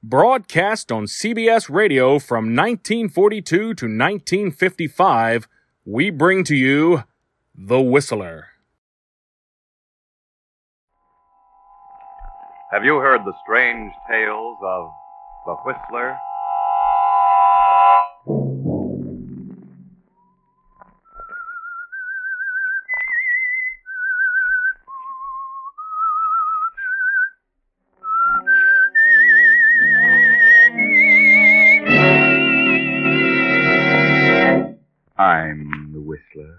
broadcast on CBS Radio from 1942 to 1955, we bring to you The Whistler. Have you heard the strange tales of the Whistler? I'm the Whistler.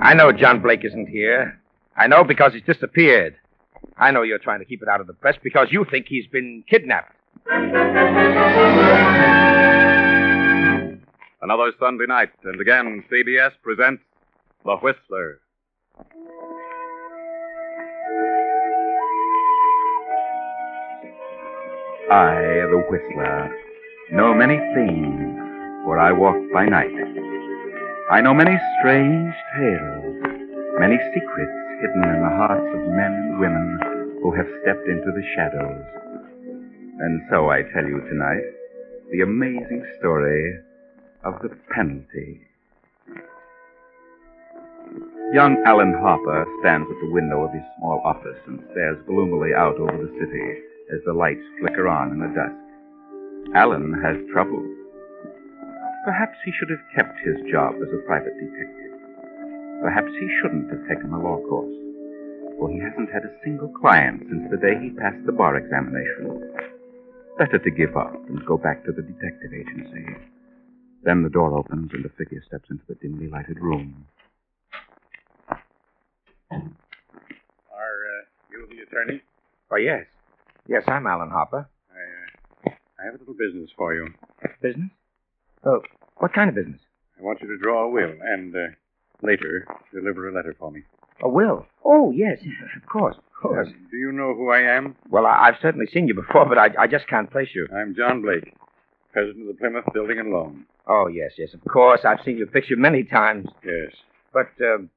I know John Blake isn't here. I know because he's disappeared. I know you're trying to keep it out of the press because you think he's been kidnapped. Another Sunday night, and again, CBS presents The Whistler. I, the Whistler, know many things, for I walk by night. I know many strange tales, many secrets hidden in the hearts of men and women who have stepped into the shadows. And so I tell you tonight the amazing story of the penalty. Young Alan Harper stands at the window of his small office and stares gloomily out over the city as the lights flicker on in the dusk. Alan has trouble. Perhaps he should have kept his job as a private detective. Perhaps he shouldn't have taken the law course, for he hasn't had a single client since the day he passed the bar examination. Better to give up and go back to the detective agency. Then the door opens and a figure steps into the dimly lighted room. Are uh, you the attorney? Oh, yes. Yes, I'm Alan Harper. I, uh, I have a little business for you. Business? Oh, what kind of business? I want you to draw a will and uh, later deliver a letter for me. A will. Oh, yes, of course, of course. Uh, do you know who I am? Well, I, I've certainly seen you before, but I, I just can't place you. I'm John Blake, president of the Plymouth Building and Loan. Oh, yes, yes, of course. I've seen your picture many times. Yes. But um,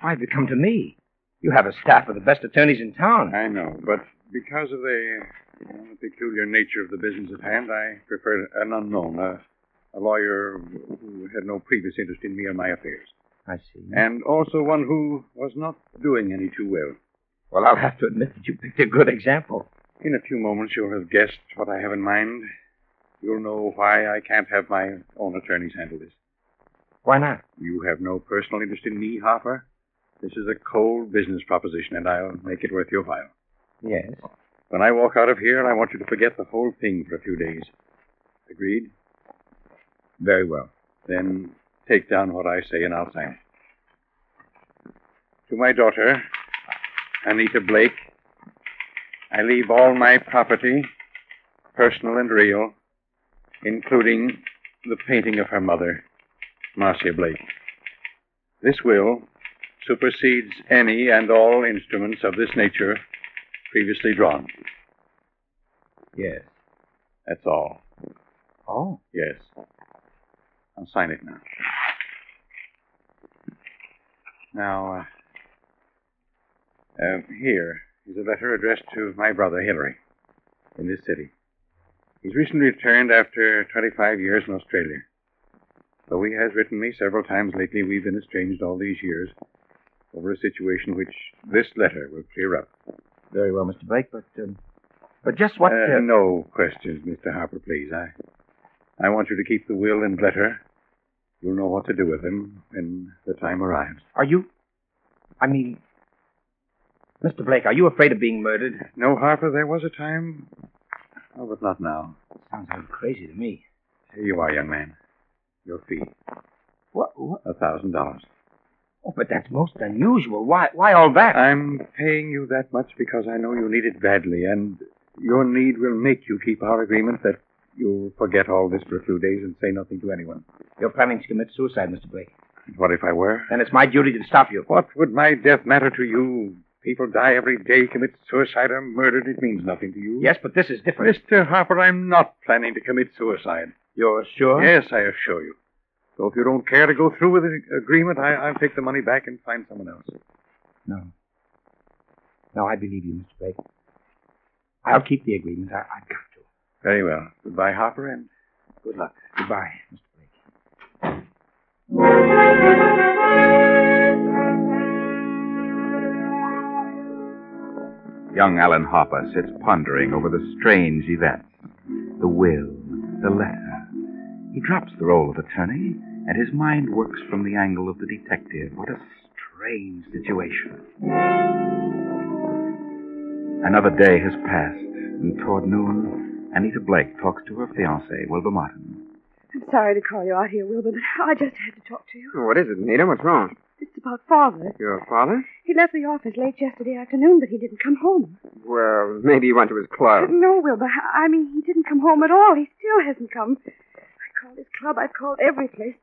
why have you come to me? You have a staff of the best attorneys in town. I know, but because of the uh, peculiar nature of the business at hand, I preferred an unknown, a, a lawyer who had no previous interest in me or my affairs, I see. and also one who was not doing any too well. Well, I'll have to admit that you picked a good example. In a few moments, you'll have guessed what I have in mind. You'll know why I can't have my own attorneys handle this. Why not? You have no personal interest in me, Harper. This is a cold business proposition, and I'll make it worth your while. Yes. When I walk out of here, I want you to forget the whole thing for a few days. Agreed? Very well. Then take down what I say and I'll sign it. To my daughter, Anita Blake, I leave all my property, personal and real, including the painting of her mother, Marcia Blake. This will supersedes any and all instruments of this nature previously drawn. Yes. That's all. Oh. Yes. I'll sign it now. Now, uh, uh, here is a letter addressed to my brother Hilary in this city. He's recently returned after 25 years in Australia. Though he has written me several times lately, we've been estranged all these years over a situation which this letter will clear up. Very well, Mr. Blake, but um, but just what? Uh, uh, no questions, Mr. Harper, please. I, I want you to keep the will and letter. You'll know what to do with them when the time arrives. Are you? I mean, Mr. Blake, are you afraid of being murdered? No, Harper, there was a time. Oh, but not now. Sounds like crazy to me. Here you are, young man. Your fee, What? what? a thousand dollars. Oh, but that's most unusual. Why, why all that? I'm paying you that much because I know you need it badly, and your need will make you keep our agreement that you'll forget all this for a few days and say nothing to anyone. You're planning to commit suicide, Mr. Blake. What if I were? Then it's my duty to stop you. What would my death matter to you? People die every day, commit suicide or murder. It means nothing to you. Yes, but this is different. Mr. Harper, I'm not planning to commit suicide. You're sure? Yes, I assure you. So if you don't care to go through with the agreement, I, I'll take the money back and find someone else. No. No, I believe you, Mr. Blake. I'll keep the agreement. I, I've got to. Very well. Goodbye, Harper, and good luck. Goodbye, Mr. Blake. Young Alan Hopper sits pondering over the strange events the will, the letter. He drops the role of attorney, and his mind works from the angle of the detective. What a strange situation. Another day has passed, and toward noon, Anita Blake talks to her fiancé, Wilbur Martin. I'm sorry to call you out here, Wilbur, but I just had to talk to you. What is it, Nita? What's wrong? It's about Father. Your father? He left the office late yesterday afternoon, but he didn't come home. Uh, Well, maybe he went to his club. No, Wilbur. I mean, he didn't come home at all. He still hasn't come. I called his club. I've called every place.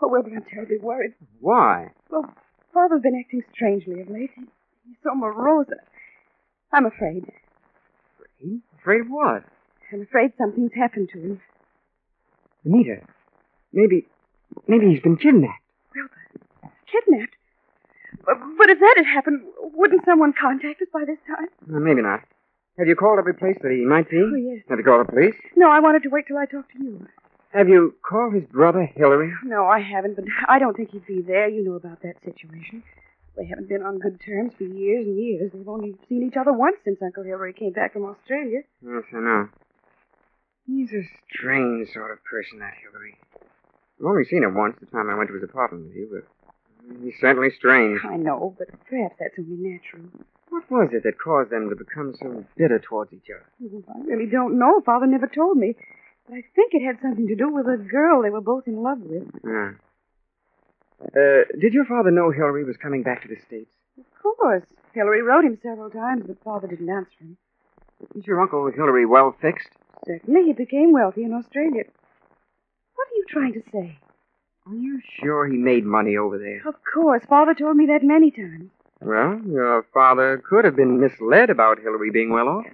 Oh, Wilbur, I'm terribly worried. Why? Well, Father's been acting strangely of late. He- He's so morose. I'm afraid. Afraid of what? I'm afraid something's happened to him. Nita. Maybe. Maybe he's been kidnapped. Kidnapped? But, but if that had happened, wouldn't someone contact us by this time? Well, maybe not. Have you called every place that he might be? Oh, yes. Have you called the police? No, I wanted to wait till I talked to you. Have you called his brother, Hillary? No, I haven't, but I don't think he'd be there. You know about that situation. They haven't been on good terms for years and years. They've only seen each other once since Uncle Hilary came back from Australia. Yes, I know. He's a strange sort of person, that Hillary. I've only seen him once, the time I went to his apartment with you, but he's certainly strange. I know, but perhaps that's only natural. What was it that caused them to become so bitter towards each other? Well, I really don't know. Father never told me. But I think it had something to do with a girl they were both in love with. Yeah. Uh, did your father know Hillary was coming back to the States? Of course. Hilary wrote him several times, but Father didn't answer him. Is your uncle Hillary well fixed? Certainly, he became wealthy in Australia. What are you trying to say? Are you sure he made money over there? Of course. Father told me that many times. Well, your father could have been misled about Hillary being well off.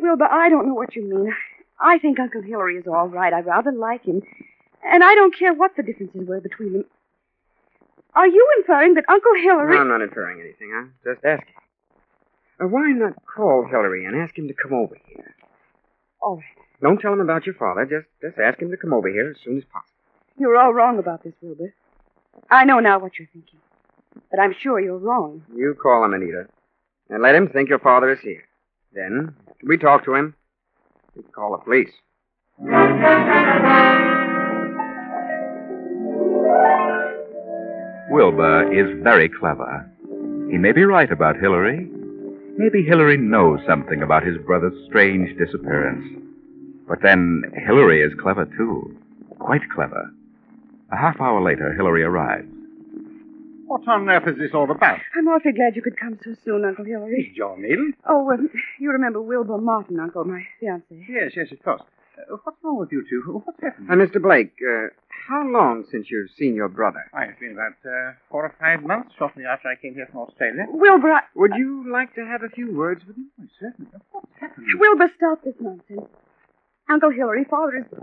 Wilbur, I don't know what you mean. I think Uncle Hilary is all right. I rather like him. And I don't care what the differences were between them. Are you inferring that Uncle Hilary. I'm not inferring anything. I'm just asking. Uh, why not call Hillary and ask him to come over here? All right. Don't tell him about your father. Just, just ask him to come over here as soon as possible. You're all wrong about this, Wilbur. I know now what you're thinking. But I'm sure you're wrong. You call him, Anita, and let him think your father is here. Then, after we talk to him, we can call the police. Wilbur is very clever. He may be right about Hillary. Maybe Hillary knows something about his brother's strange disappearance. But then Hillary is clever too. Quite clever. A half hour later, Hillary arrives. What on earth is this all about? I'm awfully glad you could come so soon, Uncle Hilary. John Needle? Oh, um, you remember Wilbur Martin, Uncle, my fiancé. Yes, yes, of course. Uh, what's wrong with you two? What's happened? Uh, Mr. Blake, uh, how long since you've seen your brother? Why, it's been about uh, four or five months shortly after I came here from Australia. Wilbur, I... Would you like to have a few words with him? Why, certainly. What's happened? Wilbur, stop this nonsense. Uncle Hilary, Father is.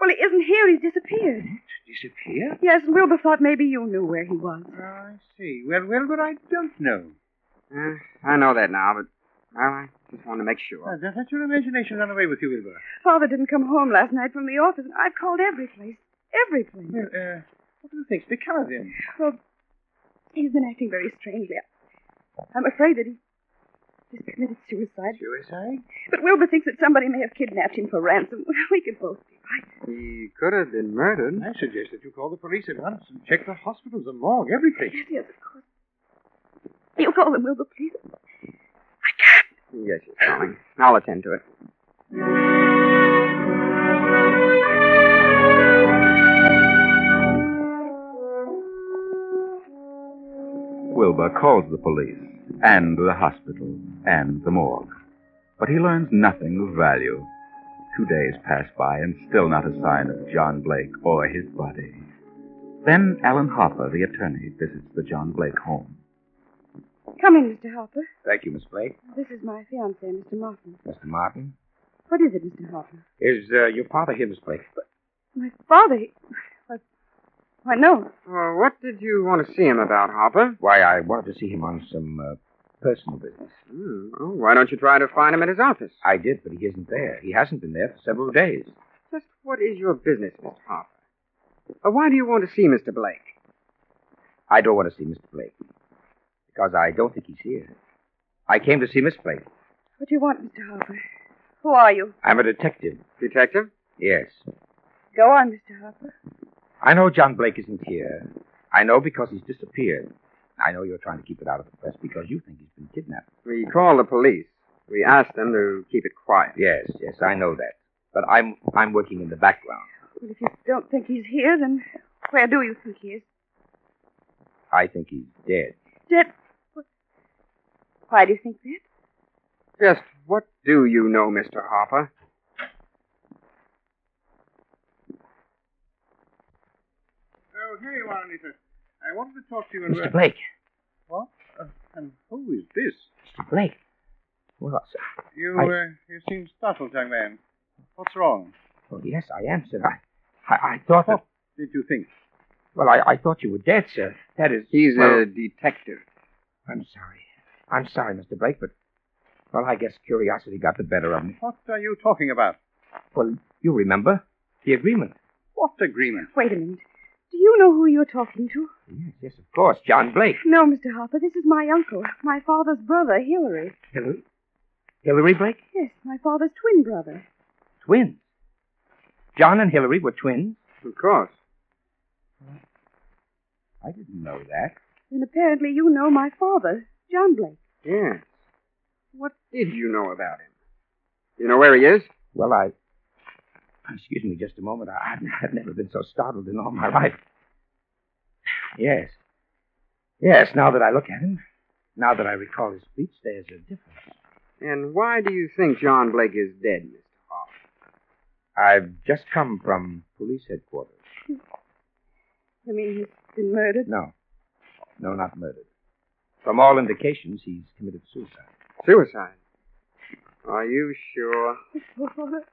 Well, he isn't here. He's disappeared. Disappear? Yes, and Wilbur thought maybe you knew where he was. I see. Well, well, but I don't know. Uh, I know that now, but well, I just want to make Uh, sure. don't let your imagination run away with you, Wilbur. Father didn't come home last night from the office, and I've called every place. Every place. Well, uh, what do you think's become of him? Well, he's been acting very strangely. I'm afraid that he, he's committed suicide. Suicide? But Wilbur thinks that somebody may have kidnapped him for ransom. We could both be right. He could have been murdered. I suggest that you call the police at once and check the hospitals and morgue, every place. Yes, yes, of course. You call him, Wilbur, please. Yes, yes, darling. I'll attend to it. Wilbur calls the police and the hospital and the morgue. But he learns nothing of value. Two days pass by and still not a sign of John Blake or his body. Then Alan Harper, the attorney, visits the John Blake home. Come in, Mr. Harper. Thank you, Miss Blake. This is my fiancé, Mr. Martin. Mr. Martin. What is it, Mr. Harper? Is uh, your father here, Miss Blake? My father. he- Why, why no. Well, what did you want to see him about, Harper? Why, I wanted to see him on some uh, personal business. Hmm. Oh, why don't you try to find him at his office? I did, but he isn't there. He hasn't been there for several days. Just what is your business, Mr. Harper? Uh, why do you want to see Mr. Blake? I don't want to see Mr. Blake because I don't think he's here. I came to see Miss Blake. What do you want, Mr. Harper? Who are you? I'm a detective. Detective? Yes. Go on, Mr. Harper. I know John Blake isn't here. I know because he's disappeared. I know you're trying to keep it out of the press because you think he's been kidnapped. We called the police. We asked them to keep it quiet. Yes, yes, I know that. But I'm I'm working in the background. Well, if you don't think he's here, then where do you think he is? I think he's dead. Dead. What- Why do you think that? Just what do you know, Mr. Harper? Oh, here you are, Anita. I wanted to talk to you uh, Mr. Blake. What? Uh, and who is this? Mr. Blake. Well, I said- You, I- uh, you seem startled, young man. What's wrong? well, yes, I am, sir. I, I, I thought that, Did you think? well, I, I thought you were dead, sir. That is, He's well, a detective. I'm sorry. I'm sorry, Mr. Blake, but well, I guess curiosity got the better of me. What are you talking about? Well, you remember the agreement? What agreement? Wait a minute. Do you know who you're talking to? Yes, yes, of course, John Blake. No, Mr. Harper. This is my uncle, my father's brother, Hilary. Hillary, Hillary Blake, Yes, my father's twin brother. twins. John and Hillary were twins. Of course. I didn't know that. And apparently you know my father, John Blake. Yes. What did you know about him? You know where he is? Well, I. Excuse me just a moment. I, I've- I've never been so startled in all my life. Yes. Yes, now that I look at him, now that I recall his speech, there's a difference. And why do you think John Blake is dead, Mr. Harper? I've just come from police headquarters. I mean, he's been murdered. No. No, not murdered. From all indications, he's committed suicide. Suicide. Are you sure? Poor father.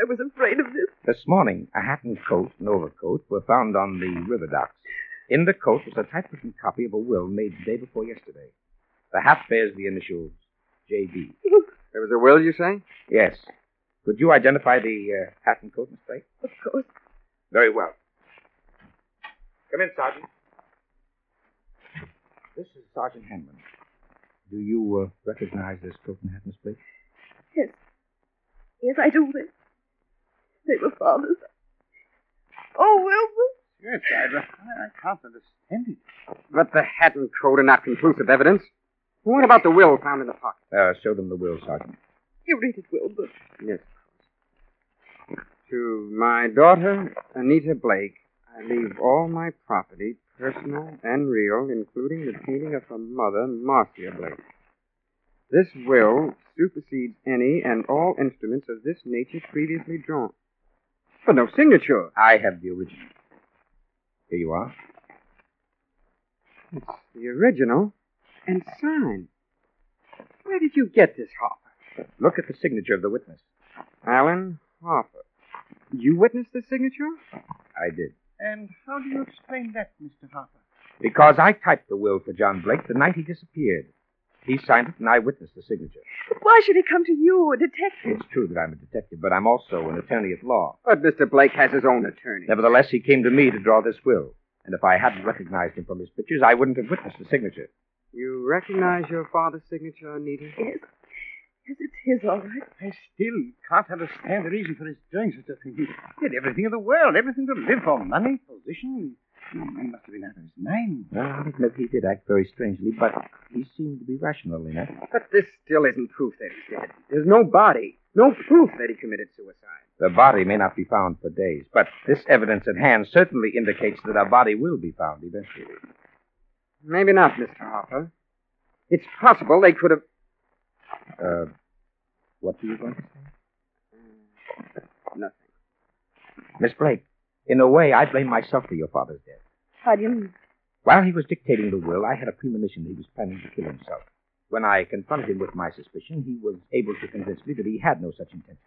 I was afraid of this. This morning, a hat and coat and overcoat were found on the river docks. In the coat was a typewritten copy of a will made the day before yesterday. The hat bears the initials J.B. There was a will, you say? Yes. Could you identify the uh, hat and coat, Miss Blake? Of course. Very well. Come in, Sergeant. This is Sergeant Hanlon. Do you uh, recognize this coat and hat, Miss Blake? Yes. Yes, I do. They, they were fathers. Oh, Wilbur. Yes, I, I can't understand it. But the hat and coat are not conclusive evidence. What about the will found in the pocket? Uh, show them the will, Sergeant. You read it, Wilbur. Yes. To my daughter, Anita Blake, I leave all my property, personal and real, including the painting of her mother, Marcia Blake. This will supersedes any and all instruments of this nature previously drawn. But no signature. I have the original. Here you are. It's the original and signed. Where did you get this, Harper? Look at the signature of the witness. Alan Harper. You witnessed the signature? I did. And how do you explain that, Mr. Harper? Because I typed the will for John Blake the night he disappeared. He signed it, and I witnessed the signature. Why should he come to you, a detective? It's true that I'm a detective, but I'm also an attorney at law. But Mr. Blake has his own attorney. Nevertheless, he came to me to draw this will. And if I hadn't recognized him from his pictures, I wouldn't have witnessed the signature. You recognize your father's signature, Anita? Yes. Yes, it's his, all right. I still can't understand the reason for his doing such a thing. He did everything in the world, everything to live for money, position. He must have been out of his mind. Well, I'll admit Ah, he did act very strangely, but he seemed to be rational enough. But this still isn't proof that he's dead. There's no body, no proof that he committed suicide. The body may not be found for days, but this evidence at hand certainly indicates that a body will be found eventually. Maybe not, Mr. Hopper. It's possible they could have. Uh, what do you want to say? Nothing. Miss Blake, in a way, I blame myself for your father's death. How do you mean? While he was dictating the will, I had a premonition that he was planning to kill himself. When I confronted him with my suspicion, he was able to convince me that he had no such intention.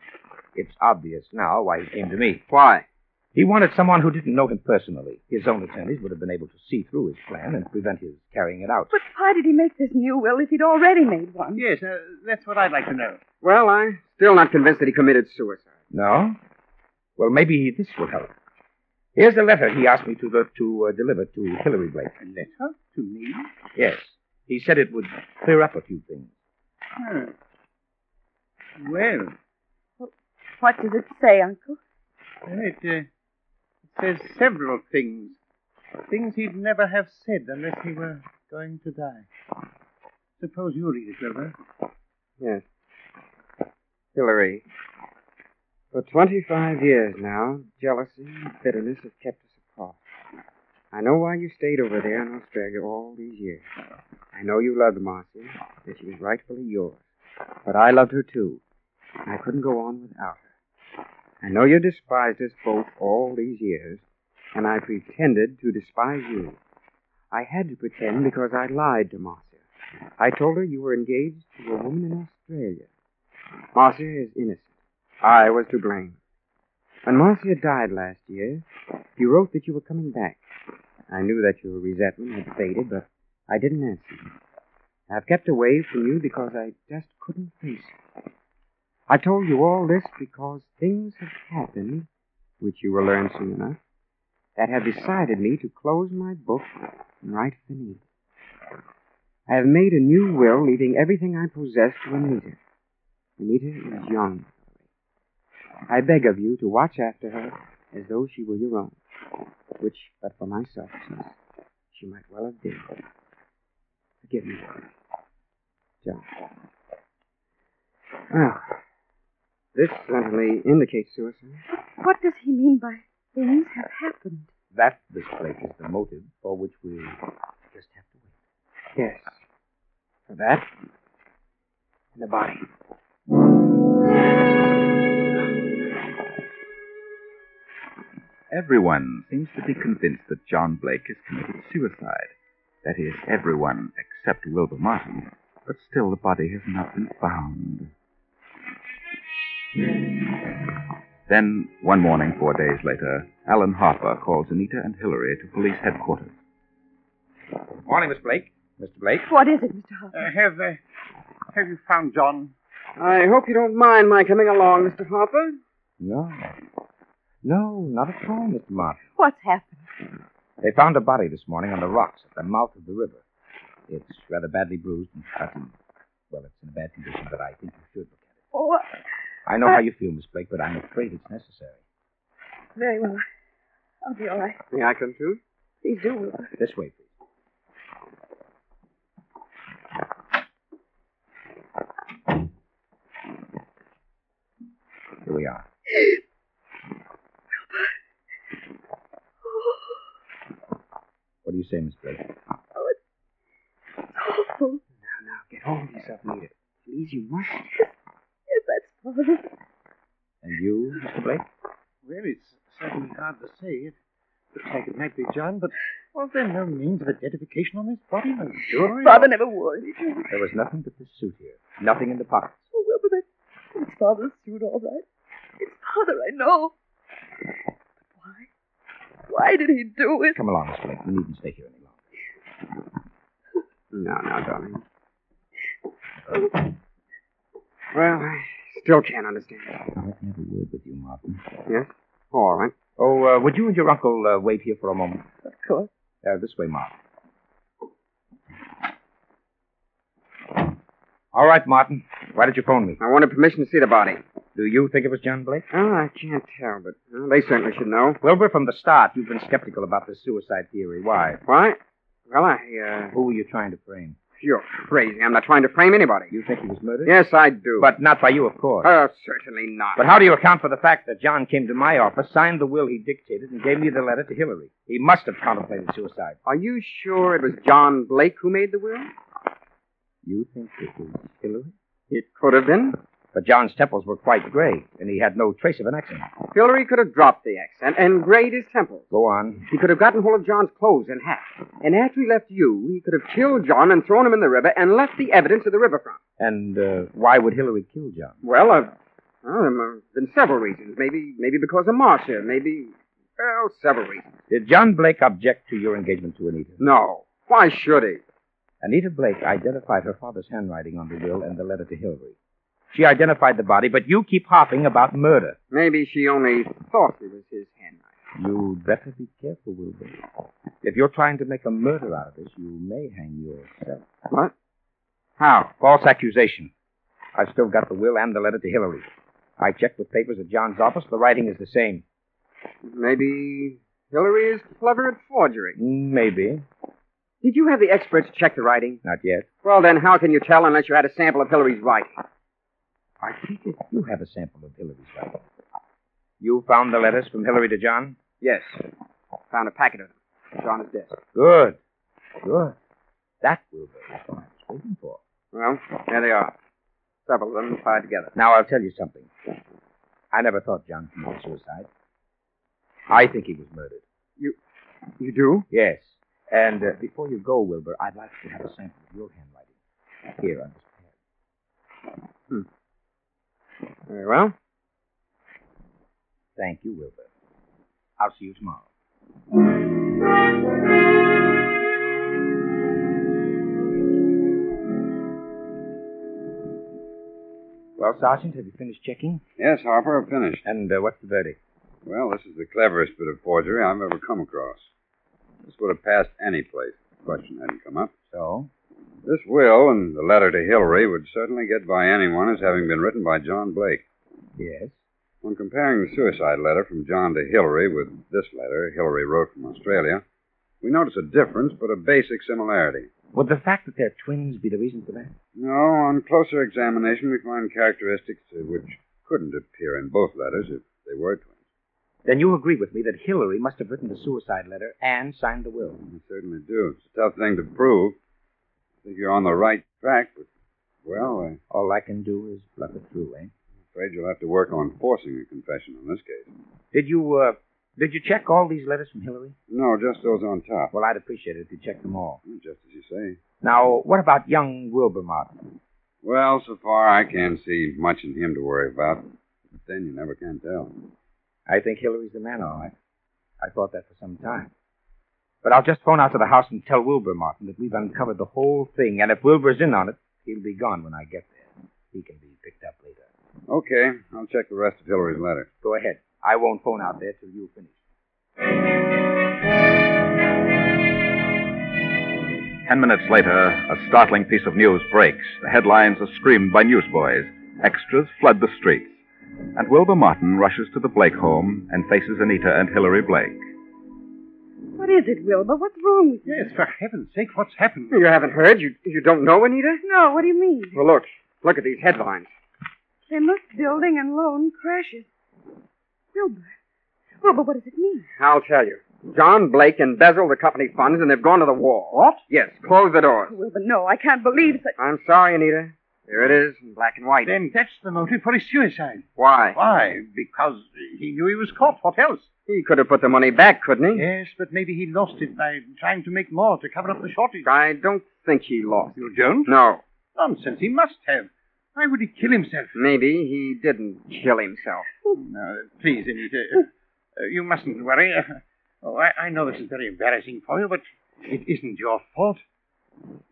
It's obvious now why he came to me. Why? He wanted someone who didn't know him personally. His own attorneys would have been able to see through his plan and prevent his carrying it out. But why did he make this new will if he'd already made one? Yes, uh, that's what I'd like to know. Well, I'm still not convinced that he committed suicide. No? Well, maybe this will help. Here's a letter he asked me to, to uh, deliver to Hillary Blake. A letter to me? Yes. He said it would clear up a few things. Oh. Well, What does it say, Uncle? it, uh, it says several things. Things he'd never have said unless he were going to die. Suppose you read it, Wilbur. Yes. Hillary. For 25 years now, jealousy and bitterness have kept us apart. I know why you stayed over there in Australia all these years. I know you loved Marcia, and she was rightfully yours. But I loved her too, and I couldn't go on without her. I know you despised us both all these years, and I pretended to despise you. I had to pretend because I lied to Marcia. I told her you were engaged to a woman in Australia. Marcia is innocent. I was to blame. When Marcia died last year, you wrote that you were coming back. I knew that your resentment had faded, but I didn't answer you. I've kept away from you because I just couldn't face it. I told you all this because things have happened, which you will learn soon enough, that have decided me to close my book and write Finish. I have made a new will, leaving everything I possess to Anita. Anita is young. I beg of you to watch after her as though she were your own, which, but for my selfishness, she might well have been. Forgive me, John. Well, this certainly indicates suicide. What does he mean by things have happened? That, Miss Blake, is the motive for which we just have to wait. Yes. For that, and the body. Everyone seems to be convinced that John Blake has committed suicide. That is, everyone except Wilbur Martin. But still, the body has not been found. Then, one morning, four days later, Alan Harper calls Anita and Hillary to police headquarters. Morning, Miss Blake. Mr. Blake? What is it, Mr. Harper? Uh, have, uh, have you found John? I hope you don't mind my coming along, Mr. Harper. No. No, not at all, Mr. Martin. What's happened? They found a body this morning on the rocks at the mouth of the river. It's rather badly bruised and cut, and, well, it's in a bad condition, but I think you should look at Oh, it. I know how you feel, Miss Blake, but I'm afraid it's necessary. very well. I'll be all right. May I come too? Please do, Wilbur. This way, please. Here we are. What do you say, Miss Blake? Oh, it's awful. Now, now, get hold of yourself, Nita. Please, you must. Yes, that's horrible. And you, Mr. Blake? Well, it's certainly hard to say. It looks like it might be John, but was there no means of identification on this body? No jewelry? Father never Oh, wore any jewelry. There was nothing but this suit here. Nothing in the pockets. Oh, Wilbur, that, it's Father's suit, all right. It's Father, I know. But why? Why did he do it? Come along, Miss Blake. We needn't stay here any longer. No, no, darling. Well, I still can't understand. I can have a word with you, Martin. Yes? All right. Oh, uh, would you and your uncle uh, wait here for a moment? Of course. Uh, this way, Martin. All right, Martin. Why did you phone me? I wanted permission to see the body. Do you think it was John Blake? Oh, I can't tell, but well, they certainly should know. Wilbur, from the start, you've been skeptical about this suicide theory. Why? Why? Well, I, uh, Who were you trying to frame? You're crazy. I'm not trying to frame anybody. You think he was murdered? Yes, I do. But not by you, of course. Oh, certainly not. But how do you account for the fact that John came to my office, signed the will he dictated, and gave me the letter to Hillary? He must have contemplated suicide. Are you sure it was John Blake who made the will? You think it was Hillary? It could have been. But John's temples were quite gray, and he had no trace of an accent. Hillary could have dropped the accent and grayed his temples. Go on. He could have gotten hold of John's clothes and hat. And after he left you, he could have killed John and thrown him in the river and left the evidence at the riverfront. And uh, why would Hillary kill John? Well, uh, well, there have been several reasons. Maybe, maybe because of Marcia. Maybe, well, several reasons. Did John Blake object to your engagement to Anita? No. Why should he? Anita Blake identified her father's handwriting on the will and the letter to Hillary. She identified the body, but you keep harping about murder. Maybe she only thought it was his handwriting. You'd better be careful, Wilbur. If you're trying to make a murder out of this, you may hang yourself. What? How? False accusation. I've still got the will and the letter to Hillary. I checked with papers at John's office. The writing is the same. Maybe Hillary is clever at forgery. Maybe. Did you have the experts check the writing? Not yet. Well, then, how can you tell unless you had a sample of Hillary's writing? I think if you have a sample of Hillary's writing. You found the letters from Hillary to John? Yes. Found a packet of them. It's on his desk. Good. Good. That will be what I was waiting for. Well, there they are. Several of them tied together. Now, I'll tell you something. I never thought John committed suicide. I think he was murdered. You do? Yes. And uh, before you go, Wilbur, I'd like to have a sample of your handwriting. Here, on this pad. Very well. Thank you, Wilbur. I'll see you tomorrow. Well, Sergeant, have you finished checking? Yes, Harper, I've finished. And uh, what's the verdict? Well, this is the cleverest bit of forgery I've ever come across. This would have passed any place. if The question hadn't come up. So? This will and the letter to Hillary would certainly get by anyone as having been written by John Blake. Yes. When comparing the suicide letter from John to Hillary with this letter Hillary wrote from Australia, we notice a difference but a basic similarity. Would the fact that they're twins be the reason for that? No, on closer examination, we find characteristics uh, which couldn't appear in both letters if they were twins. Then you agree with me that Hillary must have written the suicide letter and signed the will. We certainly do. It's a tough thing to prove. I think you're on the right track, but, well, I'm All I can do is bluff it through, eh? afraid you'll have to work on forcing a confession in this case. Did you, uh, did you check all these letters from Hillary? No, just those on top. Well, I'd appreciate it if you checked them all. Just as you say. Now, what about young Wilbur Martin? Well, so far, I can't see much in him to worry about. But then you never can tell. I think Hillary's the man, all right. I thought that for some time. But I'll just phone out to the house and tell Wilbur Martin that we've uncovered the whole thing, and if Wilbur's in on it, he'll be gone when I get there. He can be picked up later. Okay, I'll check the rest of Hillary's letter. Go ahead. I won't phone out there till you finish. Ten minutes later, a startling piece of news breaks. The headlines are screamed by newsboys. Extras flood the streets. And Wilbur Martin rushes to the Blake home and faces Anita and Hillary Blake. What is it, Wilbur? What's wrong with you? Yes, for heaven's sake, what's happened? You haven't heard? You, you don't know, Anita? No, what do you mean? Well, look. Look at these headlines. They must building and loan crashes. Wilbur. Wilbur, what does it mean? I'll tell you. John Blake embezzled the company funds and they've gone to the wall. What? Yes, close the doors. Wilbur, no, I can't believe such. I'm sorry, Anita. Here it is in black and white. Then that's the motive for his suicide. Why? Why? Because he knew he was caught. What else? He could have put the money back, couldn't he? Yes, but maybe he lost it by trying to make more to cover up the shortage. I don't think he lost. You don't? No. Nonsense. He must have. Why would he kill himself? Maybe he didn't kill himself. No, please, Anita. Uh, you mustn't worry. Uh, oh, I, I know this is very embarrassing for you, but it isn't your fault.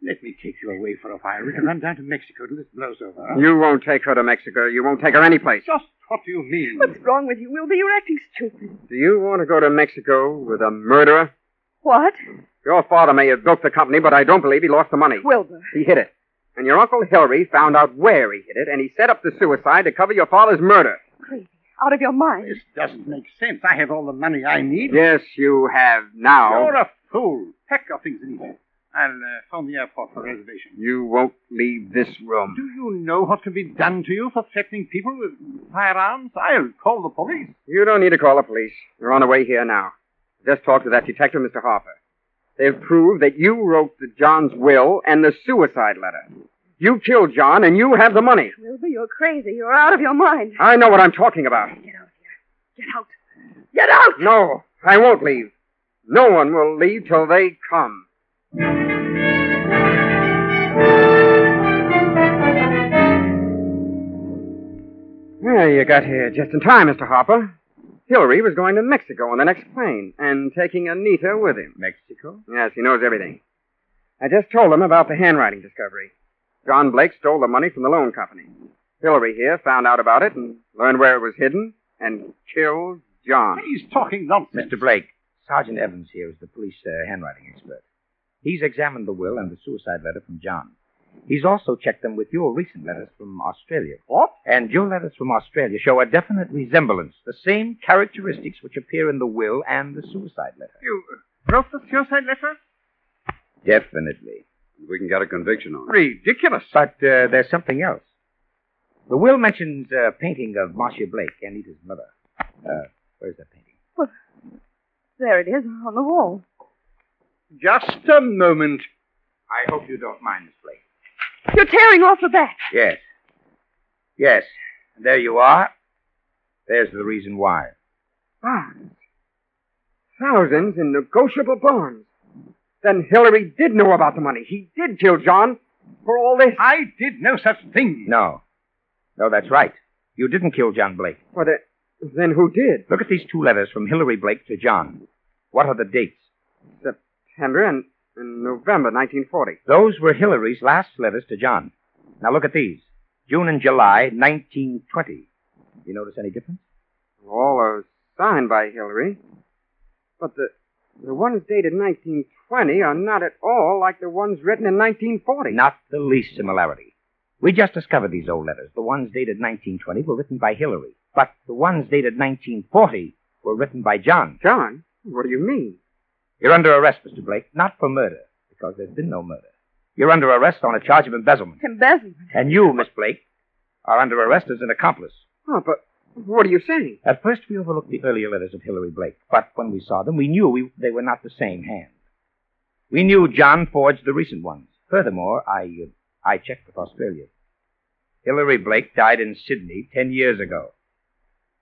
Let me take you away for a while. We can run down to Mexico till this blows over. You won't take her to Mexico. You won't take her anyplace. Just what do you mean? What's wrong with you, Wilbur? You're acting stupid. Do you want to go to Mexico with a murderer? What? Your father may have built the company, but I don't believe he lost the money. Wilbur. He hid it. And your Uncle Hillary found out where he hid it, and he set up the suicide to cover your father's murder. Crazy. Out of your mind. This doesn't make sense. I have all the money I need. Yes, you have now. You're a fool. Pack your things, Anita. I'll uh, phone the airport for reservation. You won't leave this room. Do you know what can be done to you for threatening people with firearms? I'll call the police. You don't need to call the police. You're on the way here now. Just talk to that detective, Mr. Harper. They've proved that you wrote the John's will and the suicide letter. You killed John, and you have the money. Wilbur, you're crazy. You're out of your mind. I know what I'm talking about. Get out here. Get out. Get out! No, I won't leave. No one will leave till they come. Well, you got here just in time, Mr. Harper. Hillary was going to Mexico on the next plane and taking Anita with him. Mexico? Yes, he knows everything. I just told him about the handwriting discovery. John Blake stole the money from the loan company. Hillary here found out about it and learned where it was hidden and killed John. He's talking nonsense. Mr. Blake, Sergeant Evans here is the police uh, handwriting expert. He's examined the will and the suicide letter from John. He's also checked them with your recent letters from Australia. What? And your letters from Australia show a definite resemblance, the same characteristics which appear in the will and the suicide letter. You uh, wrote the suicide letter? Definitely. We can get a conviction on it. Ridiculous. But uh, there's something else. The will mentions a painting of Marcia Blake, Anita's mother. Uh, where's that painting? There it is on the wall. Just a moment. I hope you don't mind, Miss Blake. You're tearing off the back. Yes. Yes. And there you are. There's the reason why. Bonds. Thousands in negotiable bonds. Then Hillary did know about the money. He did kill John for all this. I did no such thing. No. No, that's right. You didn't kill John Blake. But uh, then who did? Look at these two letters from Hillary Blake to John. What are the dates? September and, and November 1940. Those were Hillary's last letters to John. Now look at these June and July 1920. You notice any difference? All are signed by Hillary. But the, the ones dated 1920 are not at all like the ones written in 1940. Not the least similarity. We just discovered these old letters. The ones dated 1920 were written by Hillary, but the ones dated 1940 were written by John. John, what do you mean? You're under arrest, Mr. Blake, not for murder, because there's been no murder. You're under arrest on a charge of embezzlement. Embezzlement. And you, Miss Blake, are under arrest as an accomplice. Oh, but what are you saying? At first, we overlooked the earlier letters of Hillary Blake, but when we saw them, we knew we, they were not the same hand. We knew John forged the recent ones. Furthermore, I, uh, I checked with Australia. Hillary Blake died in Sydney ten years ago.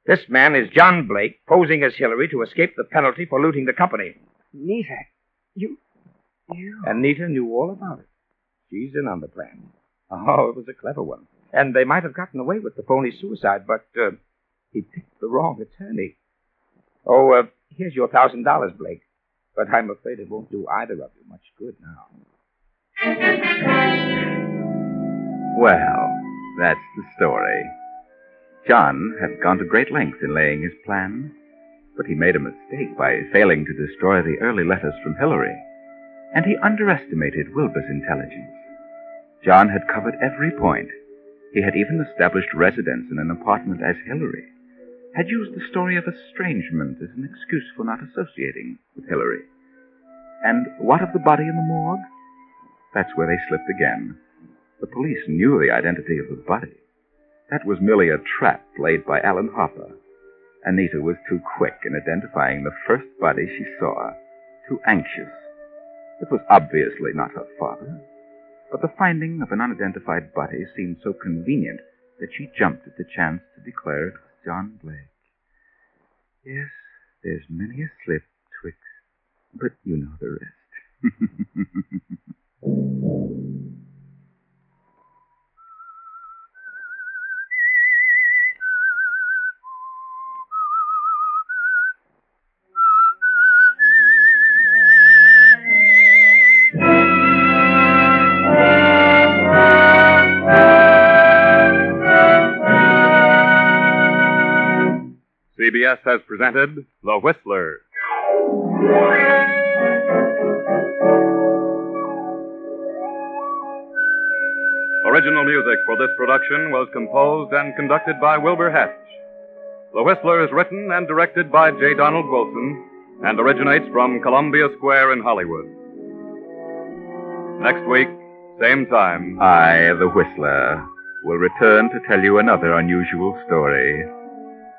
This man is John Blake, posing as Hillary to escape the penalty for looting the company. Nita, you. You. Anita knew all about it. She's in on the plan. Oh, it was a clever one. And they might have gotten away with the phony suicide, but uh, he picked the wrong attorney. Oh, uh, here's your thousand dollars, Blake. But I'm afraid it won't do either of you much good now. Well, that's the story. John had gone to great lengths in laying his plan, but he made a mistake by failing to destroy the early letters from Hillary, and he underestimated Wilbur's intelligence. John had covered every point. He had even established residence in an apartment as Hillary, had used the story of estrangement as an excuse for not associating with Hillary. And what of the body in the morgue? That's where they slipped again. The police knew the identity of the body. That was merely a trap laid by Alan Harper. Anita was too quick in identifying the first body she saw, too anxious. It was obviously not her father, but the finding of an unidentified body seemed so convenient that she jumped at the chance to declare it was John Blake. Yes, there's many a slip, Twix, but you know the rest. CBS has presented The Whistler. Original music for this production was composed and conducted by Wilbur Hatch. The Whistler is written and directed by J. Donald Wilson and originates from Columbia Square in Hollywood. Next week, same time, I, the Whistler, will return to tell you another unusual story.